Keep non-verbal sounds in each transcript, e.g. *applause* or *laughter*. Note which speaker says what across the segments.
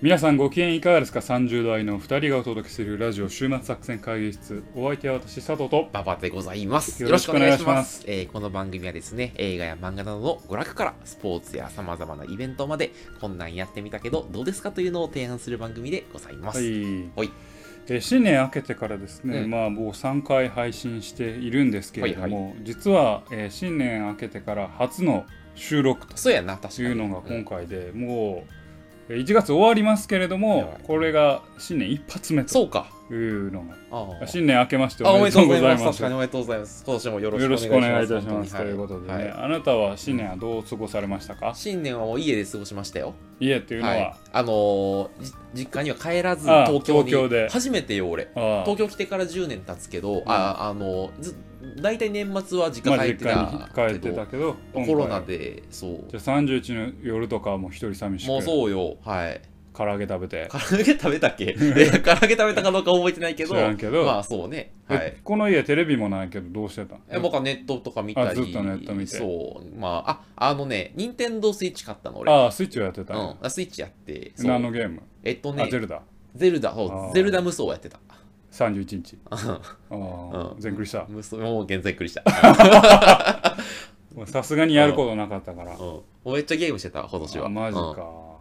Speaker 1: 皆さんご機嫌いかがですか ?30 代の2人がお届けするラジオ週末作戦会議室。お相手は私、佐藤と。
Speaker 2: ババでございます。
Speaker 1: よろ
Speaker 2: よろ
Speaker 1: し
Speaker 2: し
Speaker 1: く
Speaker 2: く
Speaker 1: お
Speaker 2: お
Speaker 1: 願
Speaker 2: 願
Speaker 1: い
Speaker 2: い
Speaker 1: し
Speaker 2: し
Speaker 1: ま
Speaker 2: ますす。えーこの番組はですね、映画や漫画などの娯楽からスポーツや様々なイベントまで、こんなんやってみたけど、どうですかというのを提案する番組でございます。
Speaker 1: はい。
Speaker 2: はい
Speaker 1: えー新年明けてからですね、
Speaker 2: うん
Speaker 1: まあもう3回配信しているんですけれども、実は、えー新年明けてから初の収録と
Speaker 2: そうやな、確かに。
Speaker 1: いうのが今回で、もうえー1月終わりますけれど
Speaker 2: やば
Speaker 1: も
Speaker 2: い、
Speaker 1: これが新年一発目と
Speaker 2: そうか。
Speaker 1: いうのが。
Speaker 2: ああ
Speaker 1: 新年明けまして
Speaker 2: あ
Speaker 1: お
Speaker 2: お
Speaker 1: め
Speaker 2: め
Speaker 1: でと
Speaker 2: でと
Speaker 1: う
Speaker 2: う
Speaker 1: ご
Speaker 2: ご
Speaker 1: ざ
Speaker 2: ざ
Speaker 1: い
Speaker 2: い
Speaker 1: ま
Speaker 2: ます。
Speaker 1: す。
Speaker 2: 確かにおめでとうございます。今年もよろ
Speaker 1: よろし
Speaker 2: し
Speaker 1: く
Speaker 2: く
Speaker 1: お
Speaker 2: お
Speaker 1: 願
Speaker 2: 願
Speaker 1: い
Speaker 2: い
Speaker 1: い
Speaker 2: い
Speaker 1: た
Speaker 2: た
Speaker 1: し
Speaker 2: し
Speaker 1: ま。
Speaker 2: ますす。
Speaker 1: という
Speaker 2: 本
Speaker 1: こ
Speaker 2: 当
Speaker 1: と
Speaker 2: に
Speaker 1: で
Speaker 2: はい
Speaker 1: ね、
Speaker 2: はい
Speaker 1: あなたは新年はどう過ごされましたか
Speaker 2: 新年はもう家で過ごしましたよ。
Speaker 1: 家っていうのは、
Speaker 2: はい。あのーじ実家には帰らず、
Speaker 1: ああ
Speaker 2: 東京に。
Speaker 1: 東京で
Speaker 2: 初めてよ、俺。
Speaker 1: ああ
Speaker 2: 東京来てから10年経つけど、ああのず大体年末は実
Speaker 1: ま
Speaker 2: 家
Speaker 1: あ
Speaker 2: 帰
Speaker 1: 実
Speaker 2: って
Speaker 1: 家
Speaker 2: た
Speaker 1: に帰
Speaker 2: け
Speaker 1: って
Speaker 2: ど
Speaker 1: たけど、今回は
Speaker 2: コロナでそう
Speaker 1: じゃあ31の夜とかはもう一人寂しく
Speaker 2: もうそうよはい
Speaker 1: *laughs* 唐揚げ食べて、
Speaker 2: 唐揚げ食べたっけ *laughs* え唐揚げ食べたかどうか覚えてないけ
Speaker 1: *laughs* 知
Speaker 2: ど
Speaker 1: らんけど
Speaker 2: まあそうねは
Speaker 1: え
Speaker 2: い
Speaker 1: この家テレビもないけどどうしてたの
Speaker 2: え僕はネットとか見たり
Speaker 1: あずっとネット見て
Speaker 2: そうまあああのね任天堂スイッチ買ったの俺
Speaker 1: ああスイッチをやってた、
Speaker 2: うんあスイッチやってそう
Speaker 1: 何のゲーム、
Speaker 2: えっと
Speaker 1: あ
Speaker 2: ね
Speaker 1: ゼルダ
Speaker 2: ゼルダ
Speaker 1: あ
Speaker 2: そ
Speaker 1: ー
Speaker 2: うゼルダ無双やってた
Speaker 1: 31日ああ
Speaker 2: うん
Speaker 1: 全クリした
Speaker 2: 無双もう現在クリした
Speaker 1: さすがにやることなかったから
Speaker 2: うんもうめっちゃゲームしてた今年
Speaker 1: あ
Speaker 2: は
Speaker 1: マジ
Speaker 2: うん
Speaker 1: か、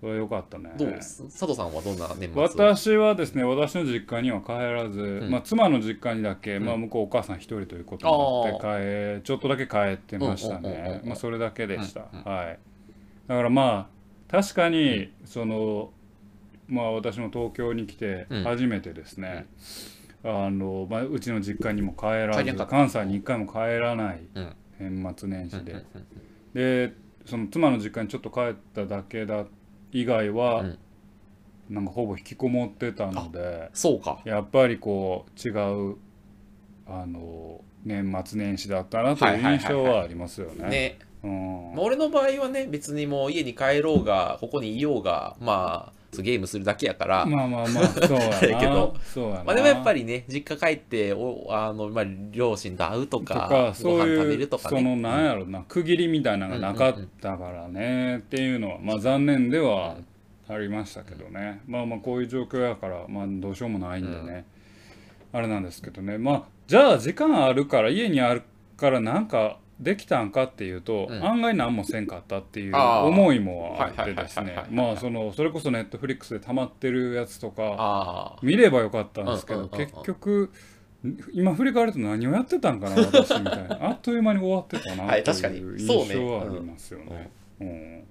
Speaker 1: それよかったね
Speaker 2: どうす佐藤さんはどんな年末を
Speaker 1: 私はですね私の実家には帰らず、
Speaker 2: ん
Speaker 1: まあ、妻の実家にだけ、
Speaker 2: ん
Speaker 1: まあ、向こうお母さん一人ということになって帰ちょっとだけ帰ってました
Speaker 2: うんうんうん
Speaker 1: ね
Speaker 2: う、ん
Speaker 1: まあ、それだけでした、
Speaker 2: うんう
Speaker 1: はいだからまあ確かにその、まあ、私も東京に来て
Speaker 2: うん
Speaker 1: 初めてですね、あのまあ、うちの実家にも帰ら
Speaker 2: 帰れ
Speaker 1: ず
Speaker 2: なかった
Speaker 1: 関西に一回も帰らない
Speaker 2: うん
Speaker 1: 年末年始で、
Speaker 2: うんうん
Speaker 1: でその妻の実家にちょっと帰っただけだ以外は、
Speaker 2: うん
Speaker 1: なんかほぼ引きこもってたので
Speaker 2: そうか
Speaker 1: やっぱりこう違うあの年末年始だったなという印象はありますよね。
Speaker 2: ね、
Speaker 1: うん
Speaker 2: まあ、俺の場合はね別にもう家に帰ろうがここにいようがまあそうゲームするだけやから、ま
Speaker 1: まあまあまあそう *laughs* やな
Speaker 2: だけど
Speaker 1: そうやな
Speaker 2: あ、でもやっぱりね実家帰っておあの、まあ、両親と会うと
Speaker 1: と
Speaker 2: か
Speaker 1: かそ
Speaker 2: ご
Speaker 1: う
Speaker 2: 飯食
Speaker 1: い
Speaker 2: べ
Speaker 1: う、
Speaker 2: るとかね
Speaker 1: そのなんやろな区切りみたいなのがなかったからねっていうのはまあ残念ではありましたけどねまあまあこういう状況やからまあどうしようもないんでねあれなんですけどねまあじゃあ時間あるから家にあるからなんかできたんかっていうと
Speaker 2: うん
Speaker 1: 案外何もせんかったっていう
Speaker 2: あー
Speaker 1: 思いもあってです
Speaker 2: はいはいはいはい
Speaker 1: ね
Speaker 2: はい
Speaker 1: まあそのそれこそネットフリックスで溜まってるやつとか
Speaker 2: あ
Speaker 1: 見ればよかったんですけ
Speaker 2: うん
Speaker 1: ど
Speaker 2: うんうんうん
Speaker 1: 結局今振り返ると何をやってたんかな私みたい
Speaker 2: *laughs*
Speaker 1: なあっという間に終わってたな
Speaker 2: はい
Speaker 1: と
Speaker 2: 確かに
Speaker 1: いう
Speaker 2: そう
Speaker 1: 印
Speaker 2: ね
Speaker 1: 象はありますよね。う
Speaker 2: あ
Speaker 1: ん
Speaker 2: で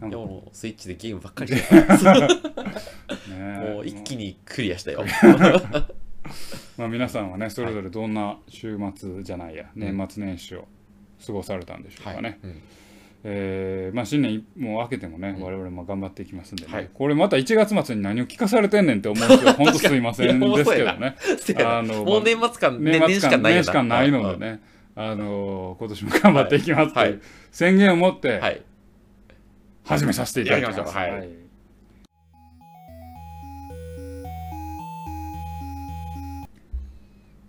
Speaker 1: なんか
Speaker 2: もスイッチでゲームばっかりしてた
Speaker 1: ね
Speaker 2: もう一気にクリアしたよ
Speaker 1: まあ、皆さんはねそれぞれどんな週末じゃないや、年末年始を過ごされたんでしょうか
Speaker 2: は
Speaker 1: ね。
Speaker 2: い、うん *laughs*
Speaker 1: えーまあ、新年もう明けてもね、
Speaker 2: うん
Speaker 1: 我々も頑張っていきますんで、ね
Speaker 2: はい
Speaker 1: これまた1月末に何を聞かされてんねんって思うんですけど本当すいません
Speaker 2: *laughs* いやほ
Speaker 1: で
Speaker 2: んますそう
Speaker 1: け
Speaker 2: や
Speaker 1: ど
Speaker 2: な
Speaker 1: ね
Speaker 2: せやな
Speaker 1: あの
Speaker 2: もう年末感、ね、
Speaker 1: 年末
Speaker 2: 年しか
Speaker 1: 間
Speaker 2: ないよ
Speaker 1: 年しかないので
Speaker 2: うん
Speaker 1: ね、あのー今年も頑張っていきますとい
Speaker 2: は
Speaker 1: う
Speaker 2: い
Speaker 1: 宣言を持って、
Speaker 2: うんはい
Speaker 1: 始めさせていただきます。
Speaker 2: やりましょうはい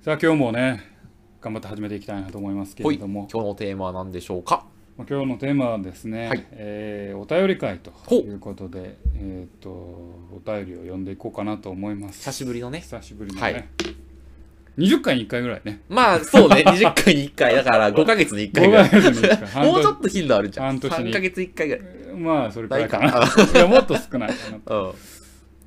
Speaker 1: さあ今日もね頑張って始めていきたいなと思いますけ
Speaker 2: ほ
Speaker 1: れ
Speaker 2: い
Speaker 1: ど
Speaker 2: 今
Speaker 1: も
Speaker 2: 日のテーマは何でしょうか
Speaker 1: まあ今日のテーマはですね、
Speaker 2: はい
Speaker 1: えーお便り会と
Speaker 2: ほう
Speaker 1: いうことで、えー、とお便りを読んでいこうかなと思います。
Speaker 2: 久しぶりのね
Speaker 1: 久しぶりのね、
Speaker 2: はい
Speaker 1: 20回に1回ぐらいね。
Speaker 2: まあそうね、20回に1回、
Speaker 1: *laughs*
Speaker 2: だから5ヶ月に1回
Speaker 1: 5
Speaker 2: ぐら
Speaker 1: ヶ
Speaker 2: い。
Speaker 1: 月に1回
Speaker 2: *laughs*
Speaker 1: 半
Speaker 2: もうち
Speaker 1: 年
Speaker 2: ょっと頻度あるじゃん。
Speaker 1: 半年に
Speaker 2: 3ヶ月1回ぐらい。
Speaker 1: まあそれくらいか
Speaker 2: ない
Speaker 1: な。 *laughs* いやもっと少ないかな
Speaker 2: うん、
Speaker 1: と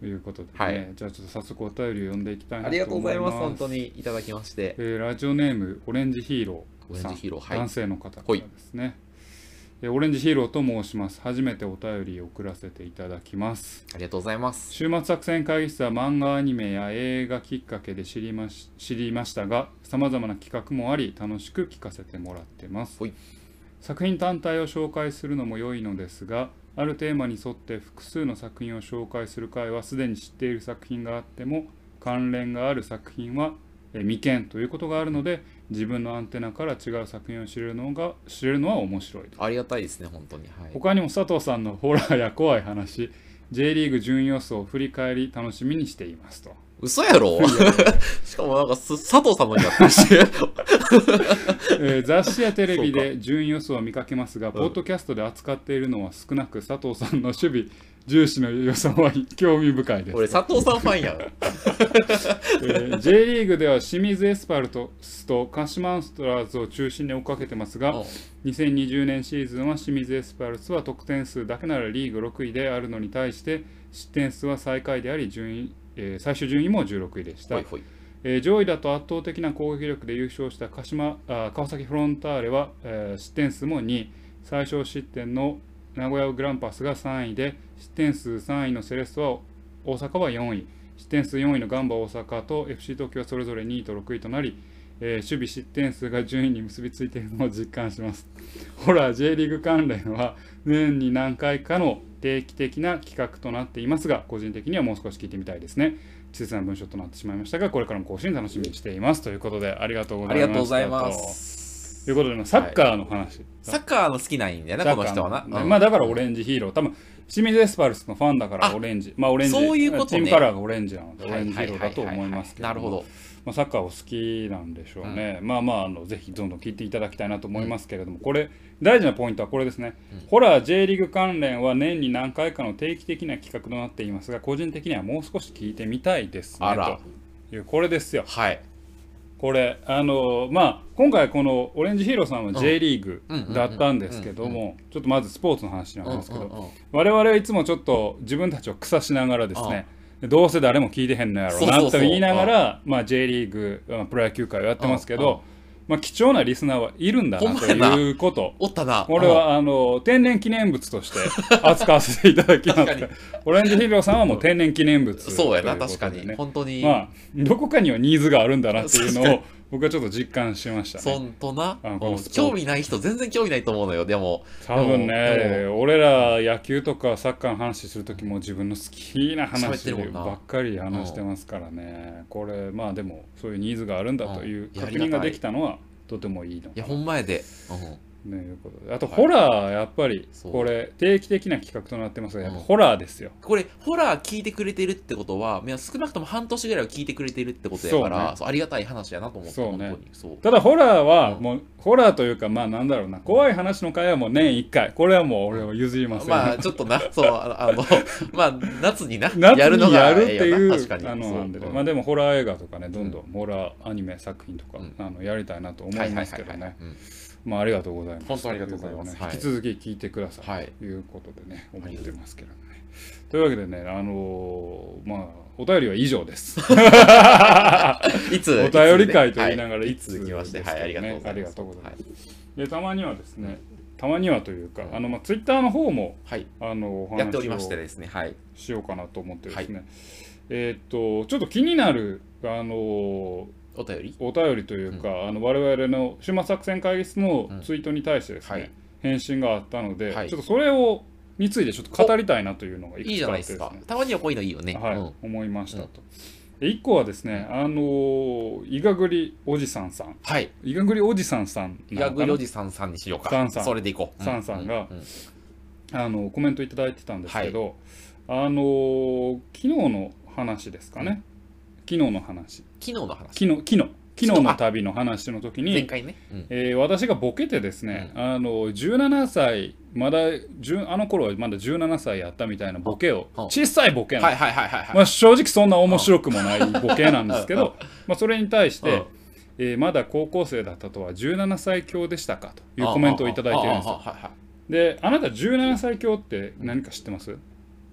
Speaker 1: いうことで、ね
Speaker 2: はい
Speaker 1: じゃあちょっと早速お便りを読んでいきたいな
Speaker 2: ありがと
Speaker 1: と
Speaker 2: う
Speaker 1: 思
Speaker 2: ござ
Speaker 1: い
Speaker 2: い
Speaker 1: ま。
Speaker 2: ますす、本当にいただきまして。
Speaker 1: えーラジオネームオレンジヒーローさん
Speaker 2: オレンジヒーローはい
Speaker 1: 男性の方からですね、えーオレンジヒーローと申します初めてお便りを送らせていただきます
Speaker 2: ありがとうございます。
Speaker 1: 週末作戦会議室は漫画アニメや映画きっかけで知りまし知りましたがさまざまな企画もあり楽しく聞かせてもらってます
Speaker 2: ほい
Speaker 1: 作品単体を紹介するのも良いのですがあるテーマに沿って複数の作品を紹介する回はすでに知っている作品があっても関連がある作品はえー未見ということがあるので自分のアンテナから違う作品を知れるのが知れるのは面白いと
Speaker 2: ありがたいですね、本当に。はい、
Speaker 1: 他にも佐藤さんのホラーや怖い話 J リーグ準予想を振り返り楽しみにしていますと
Speaker 2: 嘘やろしかもなんかす佐藤さんのになってるし。
Speaker 1: *laughs*
Speaker 2: *laughs*
Speaker 1: えー雑誌やテレビ
Speaker 2: そ
Speaker 1: で順位予想を見かけますが、ポッドキャストで扱っているのは少なく佐藤さんの守備重視の予想は興味深いです
Speaker 2: 俺、佐藤さんファンやん。
Speaker 1: えー J リーグでは清水エスパルトスと鹿島アンストラーズを中心に追っかけてますが
Speaker 2: うん
Speaker 1: 2020年シーズンは清水エスパルスは得点数だけならリーグ6位であるのに対して失点数は最下位であり順位、えー最終順位も16位でした
Speaker 2: ほい、ほい。
Speaker 1: えー上位だと圧倒的な攻撃力で優勝した鹿島あ川崎フロンターレは、えー失点数も2位最小失点の名古屋グランパスが3位で失点数3位のセレッソは大阪は4位失点数4位のガンバ大阪と FC 東京はそれぞれ2位と6位となり、えー守備失点数が順位に結びついているのを実感します *laughs* ホラー J リーグ関連は年に何回かの定期的な企画となっていますが個人的にはもう少し聞いてみたいですね小さな文章となってしまいましたがこれからも更新楽しみにしていますということでありがとうご
Speaker 2: あ
Speaker 1: ざいまし
Speaker 2: り
Speaker 1: た
Speaker 2: がとうございま
Speaker 1: と
Speaker 2: す。
Speaker 1: ということでサッカーの話、
Speaker 2: サッカーの好きなんやな、
Speaker 1: サッ
Speaker 2: この
Speaker 1: カー
Speaker 2: 人はな。うん
Speaker 1: まあだからオレンジヒーロー多分清水エスパルスのファンだか
Speaker 2: あ
Speaker 1: らオレンジまあオレンジ
Speaker 2: そういうことね
Speaker 1: チームカラーがオレンジなのでオ
Speaker 2: は
Speaker 1: レ
Speaker 2: い
Speaker 1: ンジヒーローだと思いますけど
Speaker 2: なるほど。
Speaker 1: まあ、サッカーお好きなんでしょうね、まあまああのぜひどんどん聞いていただきたいなと思いますけれども、これ大事なポイントはこれですね、ホラー J リーグ関連は年に何回かの定期的な企画となっていますが個人的にはもう少し聞いてみたいです
Speaker 2: あ
Speaker 1: ね
Speaker 2: ら
Speaker 1: というこれですよ
Speaker 2: はい。
Speaker 1: これあのまあ今回このオレンジヒーローさんは J リーグ
Speaker 2: うんうんうん
Speaker 1: だったんですけどもちょっとまずスポーツの話なんですけど、
Speaker 2: うんうんうん
Speaker 1: 我々はいつもちょっと自分たちを草しながらですねどうせ誰も聞いてへんのやろう
Speaker 2: そうそう
Speaker 1: な
Speaker 2: そ
Speaker 1: と
Speaker 2: う
Speaker 1: 言いながらまあ、J リーグまあプロ野球界をやってますけ
Speaker 2: うんうん
Speaker 1: ど、まあ、貴重なリスナーはいるんだな
Speaker 2: ほ
Speaker 1: と
Speaker 2: んまやな
Speaker 1: いうこと
Speaker 2: おったな。
Speaker 1: これはあの天然記念物と
Speaker 2: *laughs*
Speaker 1: して扱わせていただきま
Speaker 2: 確
Speaker 1: す
Speaker 2: かに
Speaker 1: オレンジヒーローさんはもう天然記念物
Speaker 2: うん。そうやな、
Speaker 1: というこ
Speaker 2: 確か
Speaker 1: とでね
Speaker 2: に。本当に。
Speaker 1: まあ、どこかにはニーズがあるんだなっていう
Speaker 2: 確
Speaker 1: のを僕はちょっと実感しました
Speaker 2: そ
Speaker 1: ね。
Speaker 2: んとな
Speaker 1: あこの
Speaker 2: うん
Speaker 1: スポーツ
Speaker 2: 興味ない人全然興味ないと思うのよでも
Speaker 1: 多分
Speaker 2: で
Speaker 1: ね、俺ら野球とかサッカーの話する時も自分の好きな
Speaker 2: 喋っ
Speaker 1: 話
Speaker 2: てるもんな
Speaker 1: ばっかり話してますからね、これ、まあでも、そういうニーズがあるんだという
Speaker 2: うんや
Speaker 1: 確
Speaker 2: りがたい
Speaker 1: 認ができたのはとてもいいの
Speaker 2: いやほんまやで、うん
Speaker 1: ねいうことであと、
Speaker 2: はい
Speaker 1: ホラー、やっぱり
Speaker 2: そう
Speaker 1: これ、定期的な企画となってますが、やっぱ
Speaker 2: うん
Speaker 1: ホラーですよ。
Speaker 2: これホラー聞いてくれてるってことはいや少なくとも半年ぐらいは聞いてくれてるってことやから
Speaker 1: そ
Speaker 2: そ
Speaker 1: ね
Speaker 2: うう、ありがたい話やなと思って
Speaker 1: そうね
Speaker 2: 本当にそう
Speaker 1: ただホラーは
Speaker 2: うん
Speaker 1: もう、ホラーというかまあなんだろうな怖い話の回はもう年1回これはもう俺は譲りません、
Speaker 2: まあちょっ
Speaker 1: *laughs*
Speaker 2: とな、そう、あの、あの *laughs* まあ夏にな、
Speaker 1: 夏
Speaker 2: やるの
Speaker 1: に
Speaker 2: が
Speaker 1: やるって
Speaker 2: ええよ
Speaker 1: い
Speaker 2: な
Speaker 1: う
Speaker 2: 確かに
Speaker 1: あの
Speaker 2: そう
Speaker 1: なんでね
Speaker 2: うん
Speaker 1: まあでもホラー映画とかねどんどんホラーアニメ作品とか
Speaker 2: うん
Speaker 1: あのやりたいなと思
Speaker 2: はいいは
Speaker 1: ま
Speaker 2: い
Speaker 1: す
Speaker 2: は
Speaker 1: け
Speaker 2: い
Speaker 1: ど
Speaker 2: はい、
Speaker 1: ね
Speaker 2: うん
Speaker 1: まあありがとうございます
Speaker 2: 本当にありがとうございます
Speaker 1: とうことでね引き続き聞いてください
Speaker 2: はい
Speaker 1: ということでね思ってますけどねというわけでねあのーまあお便りは以上です
Speaker 2: *laughs* いつ
Speaker 1: お便り会と言いながら
Speaker 2: い
Speaker 1: い
Speaker 2: つ
Speaker 1: つ
Speaker 2: ね、はい、続きまして、
Speaker 1: です
Speaker 2: はい、あり
Speaker 1: けど
Speaker 2: がと
Speaker 1: ねあ
Speaker 2: うございます。
Speaker 1: りがとうございます
Speaker 2: す。
Speaker 1: でたまにはですねたまにはというか
Speaker 2: うん
Speaker 1: あのまあツイッターの方も
Speaker 2: はい、
Speaker 1: あのお話を
Speaker 2: やっておりましてですね、はい。
Speaker 1: しようかなと思ってですね、えーっとちょっと気になるあの
Speaker 2: お便り
Speaker 1: お便りというか、あの我々の終末作戦会議室の
Speaker 2: うん
Speaker 1: ツイートに対してですね、
Speaker 2: はい
Speaker 1: 返信があったので、
Speaker 2: はい
Speaker 1: ちょっとそれをについてちょっと語りたいなというのがいく
Speaker 2: いい
Speaker 1: つ
Speaker 2: じゃ
Speaker 1: かあ
Speaker 2: な
Speaker 1: ってで
Speaker 2: いで
Speaker 1: す
Speaker 2: す
Speaker 1: ね
Speaker 2: か。たまにはこういうのいいよね。
Speaker 1: はい
Speaker 2: うん
Speaker 1: 思いましたと。で1個はですね、あのーイガグリおじさんさん
Speaker 2: はい。
Speaker 1: イガグリおじさんさん
Speaker 2: 医
Speaker 1: なの
Speaker 2: 学
Speaker 1: かな
Speaker 2: 領事さんさんにしようか。
Speaker 1: さんさん
Speaker 2: それでいこう。
Speaker 1: さんさんが
Speaker 2: うううん
Speaker 1: あのコメントいただいてたんですけど、あのー昨日の話ですかね、昨日の話
Speaker 2: 昨日の話。
Speaker 1: 昨日昨日昨日の旅の話の時
Speaker 2: 前
Speaker 1: に、
Speaker 2: 回ね。うん
Speaker 1: えー私がボケてですね、
Speaker 2: う
Speaker 1: あの17歳まだ10あの頃はまだ17歳やったみたいなボケを
Speaker 2: うん
Speaker 1: 小さいボケなん
Speaker 2: はいはいはいはいはい。
Speaker 1: まあ、正直そんな面白くもないボケなんですけ
Speaker 2: うん
Speaker 1: どまあそれに対し
Speaker 2: う
Speaker 1: て
Speaker 2: ん、
Speaker 1: えーまだ高校生だったとは17歳強でしたかというコメントをいただいてるんですよ
Speaker 2: ああああああは
Speaker 1: であなた17歳強って何か知ってます
Speaker 2: いは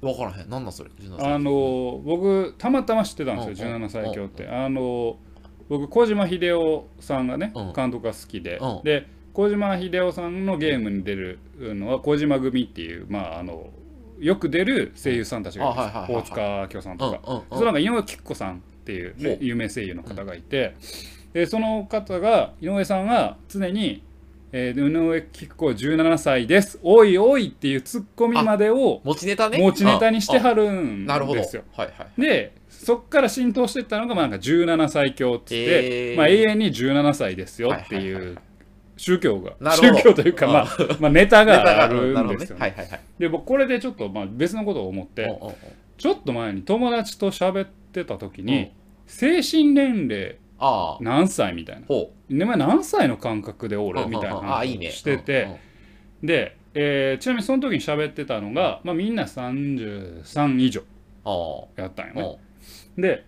Speaker 2: い。わからへん。なんなんそれ。17歳
Speaker 1: あの僕たまたま知ってたんですよ
Speaker 2: うんうん
Speaker 1: 17歳強って
Speaker 2: う
Speaker 1: あの僕小島秀夫さんがね
Speaker 2: うん
Speaker 1: 監督が好きで
Speaker 2: うん
Speaker 1: で小島秀夫さんのゲームに出るのは小島組っていうまああのよく出る声優さんたちがいるんです
Speaker 2: あはいはいはいは
Speaker 1: 大塚
Speaker 2: い
Speaker 1: 明夫さん
Speaker 2: うん
Speaker 1: と
Speaker 2: うん
Speaker 1: か
Speaker 2: うん
Speaker 1: そのなんか井上貴子さんっていうね
Speaker 2: ほう
Speaker 1: 有名声優の方がいてでその方が井上さんが常にえー井上貴子17歳ですおいおいっていうツッコミまでを
Speaker 2: 持ちネタね。
Speaker 1: 持ちネタにして
Speaker 2: うんうん
Speaker 1: はるん
Speaker 2: なるほど。
Speaker 1: で
Speaker 2: はい
Speaker 1: すよ。
Speaker 2: はい。
Speaker 1: でそっから浸透していったのがまあなんか17歳教って言って、
Speaker 2: えー
Speaker 1: まあ、永遠に17歳ですよってい
Speaker 2: はいはいはいう
Speaker 1: 宗教が、
Speaker 2: なるほど
Speaker 1: 宗教というか、まあ、まあネタがあるんですよ、ね
Speaker 2: はいはいはい。
Speaker 1: で僕これでちょっとまあ別のことを思って、
Speaker 2: うんうんうん
Speaker 1: ちょっと前に友達と喋ってた時に、
Speaker 2: うん
Speaker 1: 精神年齢
Speaker 2: ああ。
Speaker 1: 何歳みたいな
Speaker 2: ほう。
Speaker 1: でまあ何歳の感覚で
Speaker 2: こ
Speaker 1: 俺みたいな
Speaker 2: ああ、い
Speaker 1: 話
Speaker 2: い
Speaker 1: を
Speaker 2: ね。
Speaker 1: してて、
Speaker 2: うんうん
Speaker 1: でえーちなみにその時に喋ってたのが、まあ、みんな33以上
Speaker 2: ああ
Speaker 1: やったんよ
Speaker 2: う
Speaker 1: ね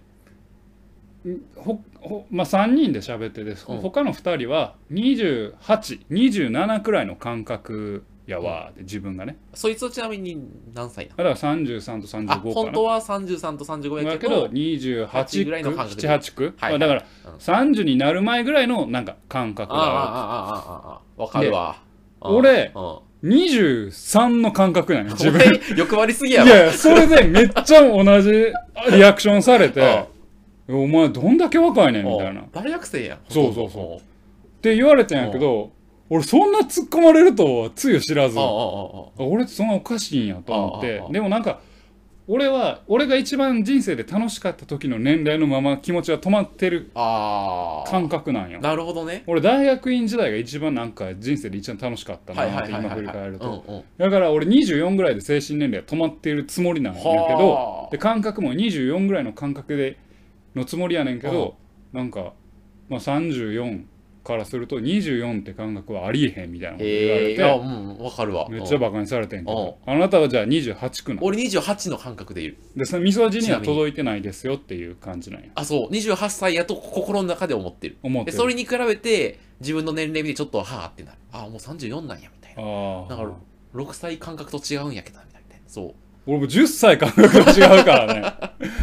Speaker 1: で
Speaker 2: ん
Speaker 1: んほほ、まあ、3人で喋ってです、
Speaker 2: うん
Speaker 1: 他の2人は2827くらいの感覚やわーって自分がね
Speaker 2: そいつはちなみに何歳なの
Speaker 1: だから33と35
Speaker 2: あ
Speaker 1: かな
Speaker 2: 本当は33と35や
Speaker 1: だ
Speaker 2: け
Speaker 1: け
Speaker 2: ど
Speaker 1: ど28
Speaker 2: ぐらい
Speaker 1: 区
Speaker 2: の感覚で
Speaker 1: 78区、
Speaker 2: はいはい
Speaker 1: まあだから
Speaker 2: うん
Speaker 1: 30になる前ぐらいのなんか感覚
Speaker 2: ああ
Speaker 1: があ
Speaker 2: ああああああわかるわうん
Speaker 1: 俺
Speaker 2: うん
Speaker 1: る23の感覚
Speaker 2: *laughs*
Speaker 1: なんよ自分
Speaker 2: 俺欲張りすぎ
Speaker 1: い
Speaker 2: やろ
Speaker 1: やそれでめっちゃ同じリアクションされ
Speaker 2: *laughs*
Speaker 1: て「お前どんだけ若いねん」みたいなっ
Speaker 2: うん大学生やん
Speaker 1: そうそうそうて言われてんやけど俺そんな突っ込まれるとはつゆ知らず
Speaker 2: あああ
Speaker 1: あ俺ってそんなおかしいんやと思っ
Speaker 2: あ
Speaker 1: て
Speaker 2: ああ
Speaker 1: でもなんか俺は俺が一番人生で楽しかった時の年代のまま気持ちは止まってる
Speaker 2: あああ
Speaker 1: 感覚なんよ
Speaker 2: なるほどね
Speaker 1: 俺大学院時代が一番なんか人生で一番楽しかった
Speaker 2: はい
Speaker 1: なっ
Speaker 2: は
Speaker 1: て
Speaker 2: いはい
Speaker 1: 今
Speaker 2: はい
Speaker 1: 振り返る
Speaker 2: うんう
Speaker 1: と
Speaker 2: ん
Speaker 1: だから俺24ぐらいで精神年齢が止まっているつもりなんだけ
Speaker 2: は
Speaker 1: ど
Speaker 2: あ
Speaker 1: で感覚も24ぐらいの感覚でのつもりやねんけどなんか、まあ、34からすると24って感覚はありえへんみたいなこと言わ
Speaker 2: へ
Speaker 1: れ
Speaker 2: えいやう
Speaker 1: て
Speaker 2: んわかるわ
Speaker 1: めっちゃ
Speaker 2: うん
Speaker 1: バカにされてんけどあなたはじゃあ28区なの
Speaker 2: 俺28の感覚でいる
Speaker 1: でそのみそじには
Speaker 2: ちなみに
Speaker 1: 届いてないですよっていう感じなんや
Speaker 2: あそう28歳やと心の中で思ってる
Speaker 1: 思って
Speaker 2: で
Speaker 1: る
Speaker 2: それに比べて自分の年齢見てちょっとはあってなるああもう34なんやみたい
Speaker 1: あ
Speaker 2: な
Speaker 1: ー
Speaker 2: だから6歳感覚と違うんやけどなみたいなそう
Speaker 1: 俺も10歳感覚が違うからね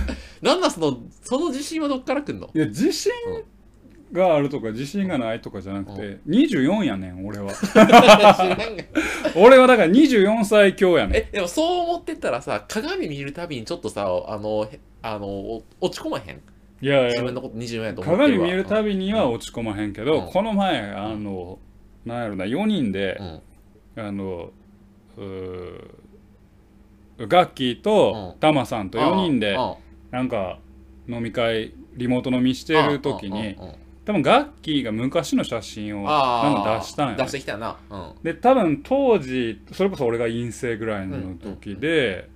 Speaker 1: *laughs*
Speaker 2: なんなんそのその自信はどっからくんの
Speaker 1: いや自信があるとか自信がないとかじゃなくて24やねん俺は俺はだから24歳強やねん
Speaker 2: えでもそう思ってたらさ鏡見るたびにちょっとさあのへあのお落ち込まへん
Speaker 1: いやい
Speaker 2: 自
Speaker 1: や
Speaker 2: 分のこと24やと思って
Speaker 1: 鏡
Speaker 2: るわ
Speaker 1: 見るたびには落ち込まへんけど、
Speaker 2: うん
Speaker 1: この前あのなんやろな4人で
Speaker 2: う、ん
Speaker 1: あのうーガッキーと
Speaker 2: うん
Speaker 1: タマさんと4人で
Speaker 2: うん
Speaker 1: なんか飲み会リモート飲みしてる時に
Speaker 2: うんうんうん
Speaker 1: 多分ガッキーが昔の写真を
Speaker 2: あ
Speaker 1: なん
Speaker 2: あ
Speaker 1: か出したんや、ね
Speaker 2: 出し、てきたなうん
Speaker 1: で多分当時それこそ俺が陰性ぐらいの時で、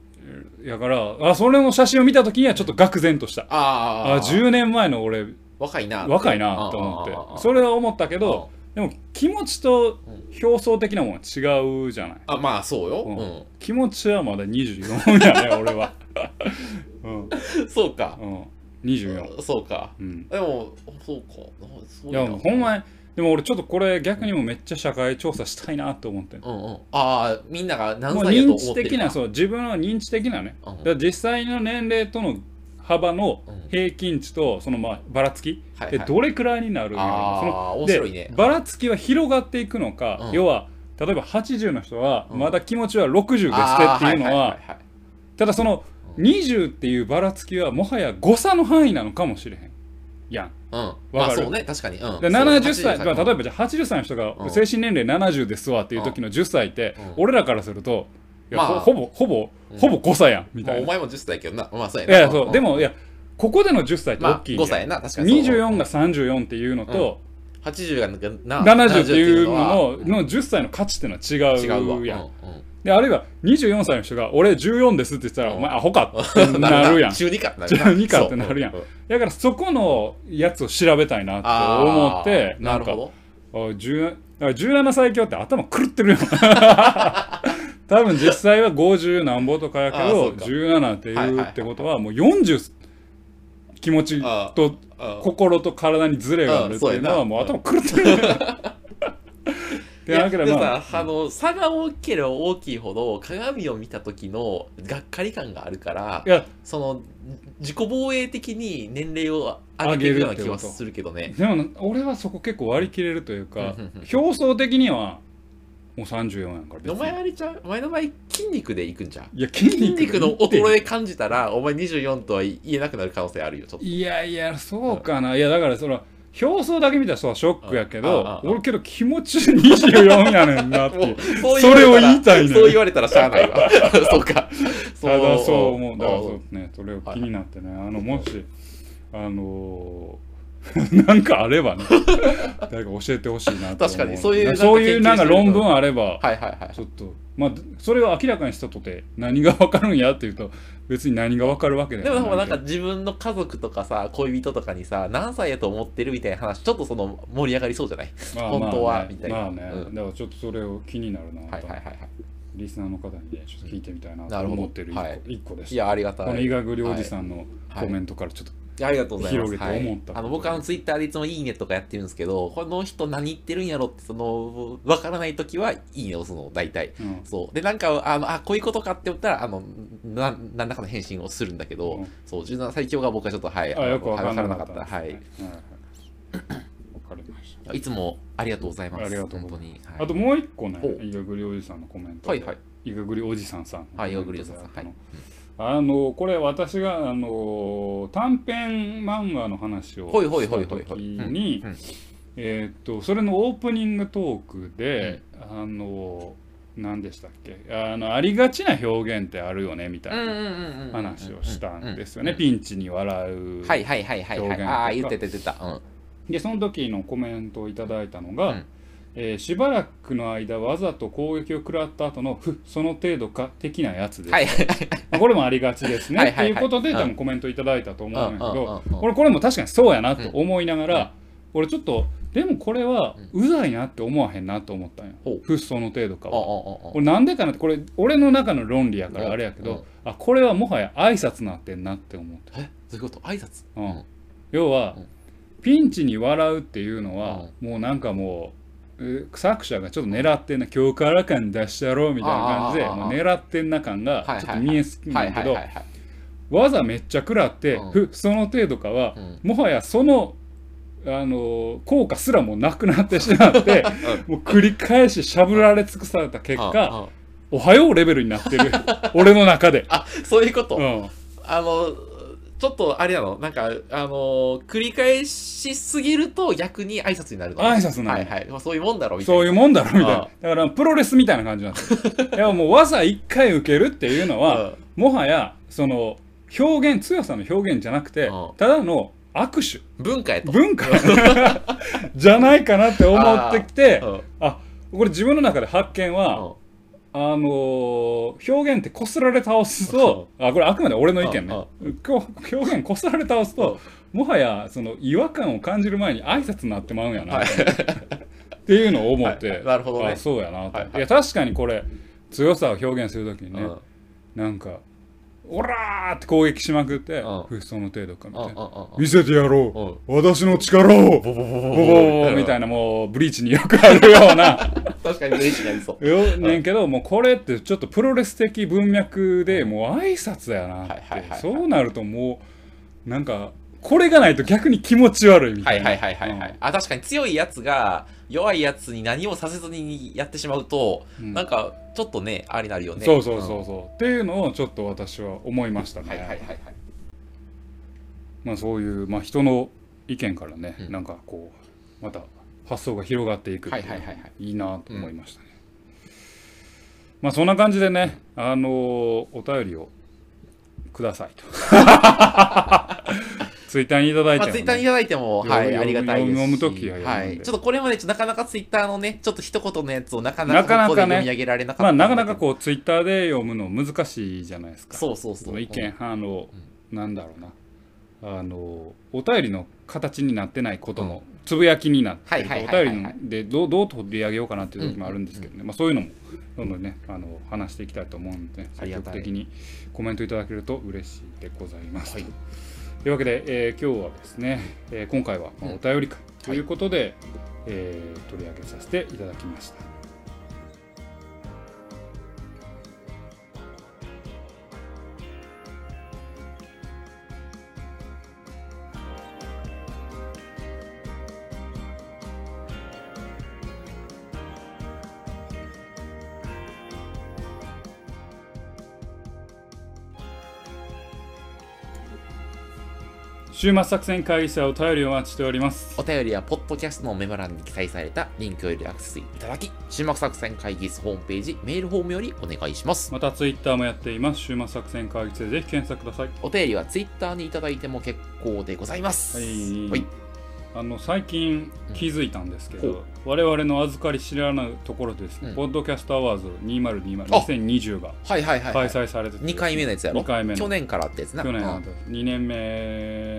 Speaker 1: やからあそれの写真を見た時にはちょっと愕然とした、
Speaker 2: あ
Speaker 1: あ
Speaker 2: あ
Speaker 1: 10年前の俺
Speaker 2: 若いな
Speaker 1: 若いなと思
Speaker 2: うんうんうん
Speaker 1: っ
Speaker 2: うん
Speaker 1: てそれは思ったけどでも気持ちと表層的なものは違うじゃない
Speaker 2: あまあそうよ、うん
Speaker 1: 気持ちはまだ24や
Speaker 2: *laughs*
Speaker 1: ね俺は *laughs* うん、
Speaker 2: そうか、
Speaker 1: うん、24
Speaker 2: そうか
Speaker 1: うん
Speaker 2: でもそうかそう
Speaker 1: い
Speaker 2: だ
Speaker 1: やほんまにでも俺ちょっとこれ逆にもめっちゃ社会調査したいなと思ってん
Speaker 2: うんうんああみんなが何
Speaker 1: もう
Speaker 2: 歳やと
Speaker 1: 認
Speaker 2: 思
Speaker 1: 知
Speaker 2: ってる
Speaker 1: 的なそう自分の認知的なね
Speaker 2: うん
Speaker 1: だから実際の年齢との幅の
Speaker 2: うん
Speaker 1: 平均値とそのまあばらつき
Speaker 2: はいはい
Speaker 1: でどれくらいになるみたいなその
Speaker 2: ああ面
Speaker 1: で
Speaker 2: 白いね
Speaker 1: ばらつきは広がっていくのか、
Speaker 2: うん
Speaker 1: 要は例えば80の人は
Speaker 2: うん
Speaker 1: まだ気持ちは60ですってっていうのは,、
Speaker 2: あーいいいい
Speaker 1: ただその
Speaker 2: う
Speaker 1: 20っていうばらつきはもはや誤差の範囲なのかもしれへんやん
Speaker 2: うん
Speaker 1: わ
Speaker 2: ま
Speaker 1: か
Speaker 2: あ
Speaker 1: る
Speaker 2: そうね確かにうん
Speaker 1: で70歳
Speaker 2: そう
Speaker 1: まあ
Speaker 2: 80
Speaker 1: 例えばじゃあ80歳の人
Speaker 2: う
Speaker 1: が
Speaker 2: ん
Speaker 1: 精神年齢70ですわっていう時の10歳って、
Speaker 2: うん
Speaker 1: 俺らからするといや、
Speaker 2: まあ
Speaker 1: ほほぼほぼ
Speaker 2: うん
Speaker 1: ほぼ誤差やんみ
Speaker 2: ま
Speaker 1: た
Speaker 2: あお
Speaker 1: いな、
Speaker 2: 前も10歳やけどなまあそうや
Speaker 1: い
Speaker 2: な
Speaker 1: やそうでもいやここでの10歳って
Speaker 2: ま
Speaker 1: 大
Speaker 2: あ
Speaker 1: きいんや
Speaker 2: 5歳やな確かにそう
Speaker 1: 24が34っていうのと、
Speaker 2: 80がな
Speaker 1: 70っていうのの
Speaker 2: 70っ
Speaker 1: の10歳の価値ってのは
Speaker 2: て
Speaker 1: 違
Speaker 2: いうのは違
Speaker 1: う
Speaker 2: う
Speaker 1: やん。
Speaker 2: わうんうん
Speaker 1: であるいは24歳の人が「俺14です」って言ったら「
Speaker 2: うん
Speaker 1: お前アホか」ってなるやん。
Speaker 2: 中二か *laughs* ってな
Speaker 1: 中二かってなるやん
Speaker 2: そうう
Speaker 1: だからそこのやつを調べたいなって思っ
Speaker 2: あー
Speaker 1: て
Speaker 2: な
Speaker 1: な
Speaker 2: る
Speaker 1: ん
Speaker 2: ほ
Speaker 1: か
Speaker 2: ど
Speaker 1: あ10だから17歳強って頭狂ってるよ
Speaker 2: *laughs*
Speaker 1: 多分実際は50何ぼとかやけ
Speaker 2: あーそ
Speaker 1: ど
Speaker 2: うか
Speaker 1: 17って
Speaker 2: はいはいいうはい
Speaker 1: ってことはもう40気持ち
Speaker 2: あ
Speaker 1: と
Speaker 2: うん
Speaker 1: 心と体にズレがあるっていうの
Speaker 2: う
Speaker 1: は
Speaker 2: ん
Speaker 1: もう頭狂って
Speaker 2: *laughs*
Speaker 1: る。でなけれ
Speaker 2: いや
Speaker 1: ば
Speaker 2: でさあの差が大きければ大きいほど鏡を見た時のがっかり感があるから
Speaker 1: いや
Speaker 2: その自己防衛的に年齢を上げてるような気はするけどね
Speaker 1: でもな俺はそこ結構割り切れるというか
Speaker 2: うんうんうん
Speaker 1: 表層的にはもう34やんから別
Speaker 2: お
Speaker 1: に
Speaker 2: 前あれちゃうお前の場合筋肉でいくんじゃん
Speaker 1: いや筋
Speaker 2: 筋
Speaker 1: 肉
Speaker 2: 肉の
Speaker 1: いいって
Speaker 2: 衰え感じたらお前24とは言えなくなる可能性あるよちょっと
Speaker 1: いやいやそうかないやだからその表層だけ見たらそうはショックやけ
Speaker 2: あああ
Speaker 1: ど
Speaker 2: あ
Speaker 1: 俺けど気持ち24やねんなってい
Speaker 2: も
Speaker 1: う
Speaker 2: う *laughs* そう言
Speaker 1: そ
Speaker 2: われ
Speaker 1: れを
Speaker 2: たら
Speaker 1: 言いたいのよ
Speaker 2: そう言われたらしゃあないわ *laughs* そうかそ
Speaker 1: ただそう思うだから
Speaker 2: う
Speaker 1: そうねそれを気になってねあのもしあのー *laughs* なんかあれば
Speaker 2: *laughs*
Speaker 1: ね誰か教えてほしいなと思う
Speaker 2: 確かにそういうなんか
Speaker 1: そういうなんか
Speaker 2: 研究してる
Speaker 1: 論文あれば
Speaker 2: はいはいはい
Speaker 1: ちょっとまあそれを明らかにしたとて何が分かるんやっていうと別に何が分かるわけで
Speaker 2: で
Speaker 1: は
Speaker 2: もでもなんか
Speaker 1: けど
Speaker 2: 自分の家族とかさ恋人とかにさ何歳やと思ってるみたいな話ちょっとその盛り上がりそうじゃない
Speaker 1: まあ
Speaker 2: 本当は
Speaker 1: まあね
Speaker 2: みたいな
Speaker 1: まあね、
Speaker 2: うん
Speaker 1: だからちょっとそれを気になるなと、
Speaker 2: はいはいはいはい
Speaker 1: リスナーの方にねちょっと聞いてみたいなと
Speaker 2: なるほど
Speaker 1: 思ってる一個,、
Speaker 2: はい
Speaker 1: 個で
Speaker 2: い
Speaker 1: した
Speaker 2: やありがた
Speaker 1: この
Speaker 2: い
Speaker 1: 医学料理さんのコメントからちょっと、
Speaker 2: いやありがとうございます。
Speaker 1: 広げて思った
Speaker 2: はい、あの僕あのツイッターでいつも「いいね」とかやってるんですけどこの人何言ってるんやろってそのわからない時は「いいね」押すの大体。
Speaker 1: うん
Speaker 2: そうでなんかあのあこういうことかって思ったらあのな何らかの返信をするんだけど、
Speaker 1: うん
Speaker 2: そう柔軟最強が僕はちょっとはい
Speaker 1: あよく
Speaker 2: わ
Speaker 1: わ
Speaker 2: か
Speaker 1: からら
Speaker 2: な
Speaker 1: なか
Speaker 2: かっ
Speaker 1: ったた
Speaker 2: はい、 *coughs*
Speaker 1: わ、かりました
Speaker 2: い、つもありがとうございます
Speaker 1: ありがとう
Speaker 2: 本
Speaker 1: ご
Speaker 2: 当
Speaker 1: ざい
Speaker 2: に、はい、
Speaker 1: あともう一個ね
Speaker 2: お、
Speaker 1: イガグリおじさんのコメント
Speaker 2: は
Speaker 1: で。
Speaker 2: いはい
Speaker 1: イガグリおじさんさん。
Speaker 2: はいイガグリおじさんさん
Speaker 1: あの
Speaker 2: はい
Speaker 1: あの、これ私が、あの、短編漫画の話を
Speaker 2: ほいほい
Speaker 1: し
Speaker 2: ほい
Speaker 1: た
Speaker 2: ほい
Speaker 1: 時
Speaker 2: ほい
Speaker 1: に
Speaker 2: うんうん、
Speaker 1: えーっと、それのオープニングトークで、あの、何でしたっけあの、ありがちな表現ってあるよね、みたいな
Speaker 2: な
Speaker 1: 話をしたんですよね。
Speaker 2: ン
Speaker 1: ピンチに笑う。
Speaker 2: はいはいはいはいは
Speaker 1: 表現
Speaker 2: い
Speaker 1: とか
Speaker 2: ああー言ってた言ってたうん
Speaker 1: でその時のコメントをいただいたのが、
Speaker 2: うん
Speaker 1: えーしばらくの間わざと攻撃を食らった後のふっその程度か的なやつです、
Speaker 2: はいはいはい
Speaker 1: まあこれもありがちですね
Speaker 2: はいはいはい
Speaker 1: っていうことで
Speaker 2: うん
Speaker 1: 多分コメントいただいたと思うんだけど、
Speaker 2: うんうんうんうん
Speaker 1: 俺これも確かにそうやなと思いながら、俺ちょっとでもこれはうざいなって思わへんなと思ったんよ、
Speaker 2: ほう
Speaker 1: ふっその程度か
Speaker 2: お
Speaker 1: は。
Speaker 2: おおお
Speaker 1: 俺なんでかなってこれ俺の中の論理やからあれやけ
Speaker 2: うん
Speaker 1: ど、あこれはもはや挨拶なってんなって思った
Speaker 2: えどういうこと挨拶
Speaker 1: うん
Speaker 2: うん
Speaker 1: 要は、
Speaker 2: うん
Speaker 1: ピンチに笑うっていうのは、もうなんかもうえー作者がちょっと狙ってんな今日から感出してやろうみたいな感じで
Speaker 2: あーあーあー
Speaker 1: もう狙ってんな感が
Speaker 2: はいはいはい
Speaker 1: ちょっと見えすぎ
Speaker 2: は
Speaker 1: ないい
Speaker 2: は
Speaker 1: け
Speaker 2: いはい
Speaker 1: ど
Speaker 2: はい
Speaker 1: わざめっちゃ食らって、
Speaker 2: うん
Speaker 1: ふその程度かは、
Speaker 2: うん
Speaker 1: もはやその。あのー効果すらもうなくなってしまってもう繰り返ししゃぶられ尽くされた結
Speaker 2: うん
Speaker 1: 果「
Speaker 2: うん
Speaker 1: おはよう」レベルにな
Speaker 2: *laughs*
Speaker 1: ってる俺の中で、
Speaker 2: あそういうこと、
Speaker 1: うん、
Speaker 2: あのちょっとあれなのなんかあの繰り返しすぎると逆に挨拶になるの
Speaker 1: 挨拶なの
Speaker 2: はいはいまあそういうもんだろみたいな
Speaker 1: そういうもんだろみたいな
Speaker 2: ああ
Speaker 1: だからプロレスみたいな感じなんですよ
Speaker 2: *laughs*
Speaker 1: いやもう技一回受けるっていうのは、
Speaker 2: うん
Speaker 1: もはやその表現強さの表現じゃなくて、
Speaker 2: うん
Speaker 1: ただの握
Speaker 2: 文化や
Speaker 1: 手
Speaker 2: と
Speaker 1: 文化 *laughs* じゃないかなって思ってきて
Speaker 2: うん
Speaker 1: あこれ自分の中で発見は、
Speaker 2: うん
Speaker 1: あのー表現ってこすられ倒すと、あこれあくまで俺の意見ね、こう表現こすられ倒すと、もはやその違和感を感じる前に挨拶になってまうんやな、
Speaker 2: はい
Speaker 1: っていうのを思って、
Speaker 2: はいなるほどね
Speaker 1: あそうやなと、
Speaker 2: はいいはい
Speaker 1: や確かにこれ強さを表現するときにね、
Speaker 2: うん
Speaker 1: なんか「オラー!」って攻撃しまくって
Speaker 2: うん
Speaker 1: 「ふその程度か」み
Speaker 2: うん
Speaker 1: た
Speaker 2: うん
Speaker 1: いな「
Speaker 2: うん
Speaker 1: 見せてやろう私の力を!」ボボボボボみたいなもうブリーチによくあるような。
Speaker 2: 確かに嬉しいなりそう
Speaker 1: よねんけどもうこれってちょっとプロレス的文脈でもう挨拶やなっ
Speaker 2: はいはいはいは
Speaker 1: て
Speaker 2: い
Speaker 1: そうなるともうなんかこれがないと逆に気持ち悪いみ
Speaker 2: は
Speaker 1: た
Speaker 2: い
Speaker 1: いな
Speaker 2: はいはいはいはい、
Speaker 1: うん
Speaker 2: あ確かに強いやつが弱いやつに何もさせずにやってしまうと、
Speaker 1: うん
Speaker 2: なんかちょっとねありなるよね
Speaker 1: そうそうそうそうっていうのをちょっと私は思いました
Speaker 2: うんはいはいはい
Speaker 1: ね
Speaker 2: はい
Speaker 1: まあそういうまあ人の意見からね
Speaker 2: うん
Speaker 1: なんかこうまた発想が広がっていくっていうのが
Speaker 2: はいはいはいはい
Speaker 1: いいなと思いましたねまあそんな感じでねあのーお便りをくだ
Speaker 2: *laughs*
Speaker 1: さいとツイッターにいただい
Speaker 2: ま
Speaker 1: ても
Speaker 2: あ、ツ
Speaker 1: ね
Speaker 2: イッターにいただいても、
Speaker 1: よ
Speaker 2: はい、
Speaker 1: よ
Speaker 2: ありがたいですし。
Speaker 1: 読む時は読むんで
Speaker 2: はい。ちょっとこれまでちょっとなかなかツイッターのね、ちょっと一言のやつをなかな
Speaker 1: なかなかね
Speaker 2: かここで読み上げられなかっ
Speaker 1: まあ
Speaker 2: たんだ
Speaker 1: な
Speaker 2: け
Speaker 1: か
Speaker 2: ど。
Speaker 1: なかこうツイッターで読むの難しいじゃないですか。
Speaker 2: そうそうそ。
Speaker 1: そうの意見、あの、なんだろうな。あのお便りの形になってないこともつぶやきになってると
Speaker 2: はい
Speaker 1: お
Speaker 2: はいはいはい
Speaker 1: 便りのでどうどう取り上げようかなっていう時もあるんですけどね、まあ、そういうのもどんどんねあの話していきたいと思うんで
Speaker 2: あ
Speaker 1: 積
Speaker 2: りが
Speaker 1: 極
Speaker 2: たい
Speaker 1: 的にコメントいただけると嬉しいでございます。
Speaker 2: はい
Speaker 1: というわけで、えー今日はですね、えー今回はまあお便り会ということで、えー取り上げさせていただきました。週末作戦会議室はお便りをお待ちしております
Speaker 2: お。便りは、ポッドキャストのメモ欄に記載されたリンクよりアクセスいただき、終幕作戦会議室ホームページ、メールフォームよりお願いします。
Speaker 1: またツイッターもやっています。週末作戦会議室でぜひ検索ください。
Speaker 2: お便りはツイッターにいただいても結構でございます。
Speaker 1: はい
Speaker 2: はい
Speaker 1: あの最近気づいたんですけど、
Speaker 2: ほう
Speaker 1: 我々の預かり知らないところですね、
Speaker 2: うん
Speaker 1: ポッドキャストアワーズ2020
Speaker 2: あ
Speaker 1: 2020が
Speaker 2: はいはいはい、は
Speaker 1: 開
Speaker 2: い。
Speaker 1: 催されてて、
Speaker 2: 2回目のやつやろ
Speaker 1: 二回目の
Speaker 2: 去年からってやつな。
Speaker 1: 去年
Speaker 2: う
Speaker 1: の
Speaker 2: ん
Speaker 1: 2年目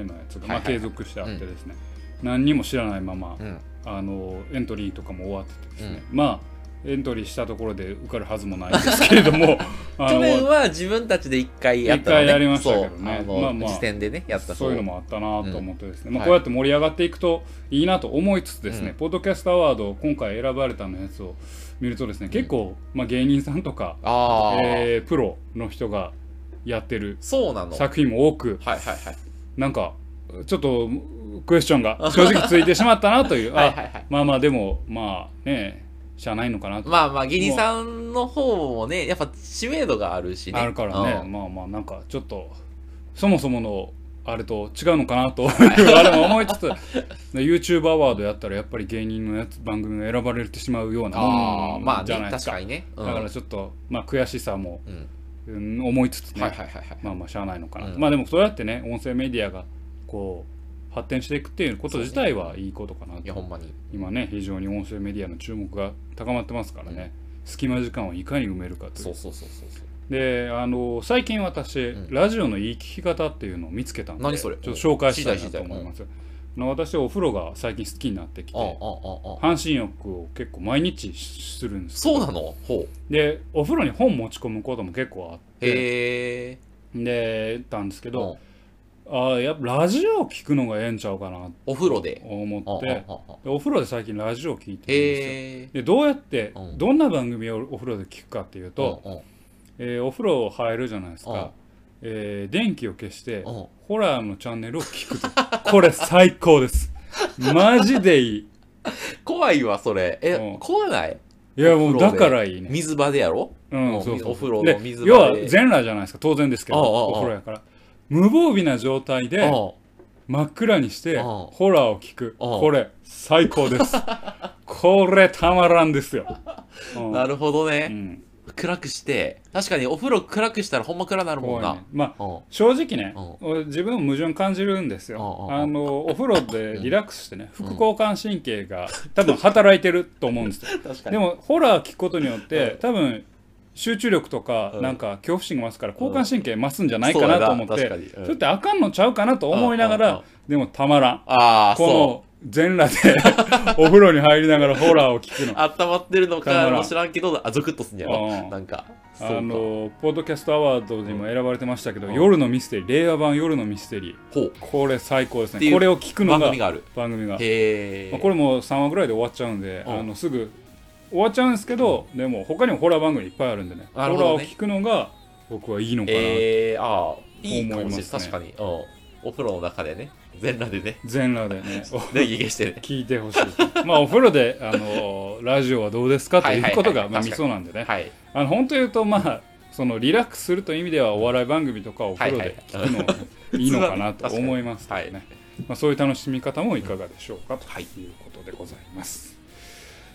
Speaker 1: のやつが、まあ、
Speaker 2: はいはいは
Speaker 1: 継
Speaker 2: い
Speaker 1: 続してあってですね、何にも知らないまま、
Speaker 2: うん。
Speaker 1: あのエントリーとかも終わっててですね、まあエントリーしたところで受かるはずもないんですけれど
Speaker 2: *laughs*
Speaker 1: もあ
Speaker 2: 去年
Speaker 1: の
Speaker 2: は自分たちで1回やったの、ね、
Speaker 1: 一回やりましたけどね
Speaker 2: そうあの、
Speaker 1: まあまあ
Speaker 2: 時点でね、やった
Speaker 1: そういうのもあったなと思ってですね、
Speaker 2: ん
Speaker 1: まあ、
Speaker 2: はい
Speaker 1: こうやって盛り上がっていくといいなと思いつつですね、
Speaker 2: うん
Speaker 1: ポッドキャストアワード今回選ばれたのやつを見るとですね結構、まあ、芸人さんとか、
Speaker 2: ああ、
Speaker 1: えープロの人がやってる
Speaker 2: そうなの。はい
Speaker 1: 作品も多く
Speaker 2: はいはい。
Speaker 1: なんかちょっとクエスチョンが正直ついてしまったなという
Speaker 2: *laughs* はいはいはい
Speaker 1: あまあまあでもまあねしゃあないのかなと、
Speaker 2: まあまあ、芸人さんの方もね、やっぱ知名度があるしね。
Speaker 1: あるからね、
Speaker 2: うん
Speaker 1: まあまあなんかちょっとそもそものあれと違うのかなと *laughs* いうあれも思いつつ YouTube アワードやったらやっぱり芸人のやつ番組が選ばれてしまうような
Speaker 2: あ
Speaker 1: も
Speaker 2: あ、まあ
Speaker 1: のじゃな
Speaker 2: ね、
Speaker 1: いで
Speaker 2: 確
Speaker 1: すか,、
Speaker 2: かにね。うん
Speaker 1: だからちょっと、まあ、悔しさも、
Speaker 2: うん
Speaker 1: うん思いつつね、
Speaker 2: はいはいはいはい。
Speaker 1: まあまあしゃあないのかな、
Speaker 2: うん
Speaker 1: まあでもそうやってね音声メディアがこう発展していくっていうこと自体はいいことかない
Speaker 2: や、
Speaker 1: と
Speaker 2: ほんまに。
Speaker 1: 今ね非常に音声メディアの注目が高まってますからね、隙間時間をいかに埋めるかという
Speaker 2: そうそうそうそうそう。
Speaker 1: であの最近私、
Speaker 2: ん
Speaker 1: ラジオのいい聞き方っていうのを見つけたんで
Speaker 2: 何それ
Speaker 1: ちょっと紹介したい
Speaker 2: 知
Speaker 1: な
Speaker 2: りた
Speaker 1: と
Speaker 2: い知りたい
Speaker 1: 思います、あの私お風呂が最近好きになってき
Speaker 2: ああ、あ
Speaker 1: て
Speaker 2: あ、ああ。
Speaker 1: 半身浴を結構毎日しするんですけ
Speaker 2: そ
Speaker 1: ど
Speaker 2: うなのほう。
Speaker 1: でお風呂に本持ち込むことも結構あって
Speaker 2: へえ。
Speaker 1: で言ったんですけ
Speaker 2: う
Speaker 1: ど
Speaker 2: ん、
Speaker 1: ああやっぱラジオを聞くのがええんちゃうかなと
Speaker 2: お風呂で。
Speaker 1: 思
Speaker 2: あ
Speaker 1: って
Speaker 2: ああああ
Speaker 1: でお風呂で最近ラジオを聞いてるんですよ
Speaker 2: へえ。
Speaker 1: でどうやって
Speaker 2: うん
Speaker 1: どんな番組をお風呂で聞くかっていうと、
Speaker 2: うんうん
Speaker 1: えーお風呂入るじゃないですか、えー電気を消して
Speaker 2: うん
Speaker 1: ホラーのチャンネルを聞くとこれ最高ですマジでいい
Speaker 2: 怖いわ、それ。
Speaker 1: う
Speaker 2: え
Speaker 1: ん、
Speaker 2: 怖ない
Speaker 1: いやもう
Speaker 2: お風
Speaker 1: だ
Speaker 2: 呂で
Speaker 1: からいいね、
Speaker 2: 水場でやろ
Speaker 1: うん、
Speaker 2: お
Speaker 1: そうそう
Speaker 2: お風呂
Speaker 1: で
Speaker 2: の水場で
Speaker 1: 要は全裸じゃないですか当然ですけど
Speaker 2: ああああ
Speaker 1: お風呂やから無防備な状態
Speaker 2: うん。
Speaker 1: で真っ暗にして
Speaker 2: ああ
Speaker 1: ホラーを聞く
Speaker 2: ああ
Speaker 1: これ最高ですこれたまらんです
Speaker 2: *laughs*
Speaker 1: よ、うん
Speaker 2: なるほど
Speaker 1: う
Speaker 2: ね。
Speaker 1: ん
Speaker 2: 暗くして。確かにお風呂暗くしたらほんま暗なるも
Speaker 1: 怖
Speaker 2: ん
Speaker 1: い
Speaker 2: な。
Speaker 1: ねまあ
Speaker 2: うん。
Speaker 1: 正直ね、自分も矛盾感じるんですよ、
Speaker 2: うんうんうん
Speaker 1: あのお風呂でリラックスしてね、副交感神経が多分働いてると思うんですよ
Speaker 2: 確か
Speaker 1: で
Speaker 2: に。
Speaker 1: もホラー聞くことによって、
Speaker 2: うん
Speaker 1: 多分集中力とか、
Speaker 2: うん
Speaker 1: なんか恐怖心が増すから交感神経増すんじゃないかなと思って、
Speaker 2: そうやな確かにうん
Speaker 1: ちょっとあかんのちゃうかなと思いながら、
Speaker 2: うんうんうん
Speaker 1: でもたまらん
Speaker 2: ああ、そ
Speaker 1: この全裸で *laughs* お風呂に入りながらホラーを聞く
Speaker 2: う。
Speaker 1: の。
Speaker 2: 温まってるの
Speaker 1: たま
Speaker 2: か、
Speaker 1: らん
Speaker 2: も知らんけど、あ、ゾクッとすんや
Speaker 1: う
Speaker 2: ろ
Speaker 1: ん。
Speaker 2: なんか。そう
Speaker 1: あ
Speaker 2: か。
Speaker 1: のポッドキャストアワードにも選ばれてましたけど、
Speaker 2: うん
Speaker 1: 夜のミステリー令和版夜のミステリー
Speaker 2: ほう。
Speaker 1: これ最高です
Speaker 2: ってい
Speaker 1: ね
Speaker 2: う
Speaker 1: これを聞くの
Speaker 2: 番
Speaker 1: が
Speaker 2: 組がある。
Speaker 1: 番組が、ま
Speaker 2: へえ。
Speaker 1: あ、これもう3話ぐらいで終わっちゃうんで、
Speaker 2: うん
Speaker 1: あのすぐ終わっちゃうんですけど、でも他にもホラー番組いっぱいあるんでね
Speaker 2: なる
Speaker 1: ホ
Speaker 2: ほど
Speaker 1: ラ
Speaker 2: ね
Speaker 1: ーを聞くのが僕はいいのかな、
Speaker 2: ええ、ああ、いいかも
Speaker 1: 思
Speaker 2: し
Speaker 1: い
Speaker 2: れ
Speaker 1: ま
Speaker 2: ない。
Speaker 1: すね
Speaker 2: 確かに。うん。お風呂の中でね。全裸でね。
Speaker 1: 全裸でね *laughs* お
Speaker 2: で、逃げしてね。
Speaker 1: 聞いてほしいまあお風呂で、あのラジオはどうですかと
Speaker 2: はいいは
Speaker 1: う
Speaker 2: い
Speaker 1: こと
Speaker 2: は
Speaker 1: が
Speaker 2: い
Speaker 1: まあ
Speaker 2: 確
Speaker 1: み
Speaker 2: かに
Speaker 1: そうなんでね
Speaker 2: はい。
Speaker 1: あの本当言うとまあそのリラックスするという意味ではお笑い番組とかお風呂で聞くのがいいのかなと思いますけどね、
Speaker 2: はいは
Speaker 1: まあ、そういう楽しみ方もいかがでしょうかと
Speaker 2: はい
Speaker 1: いうことでございます。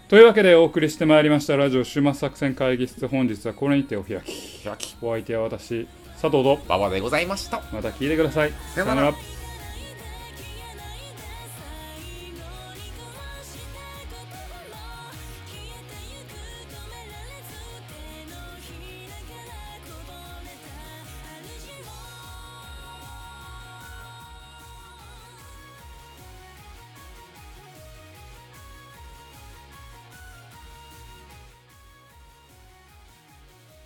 Speaker 1: というわけでお送りしてまいりましたラジオ終末作戦会議室本日はこれにてお開き
Speaker 2: 開き。
Speaker 1: お相手は私佐藤と
Speaker 2: 馬場でございました。
Speaker 1: また聞いてください
Speaker 2: さよなら
Speaker 1: さ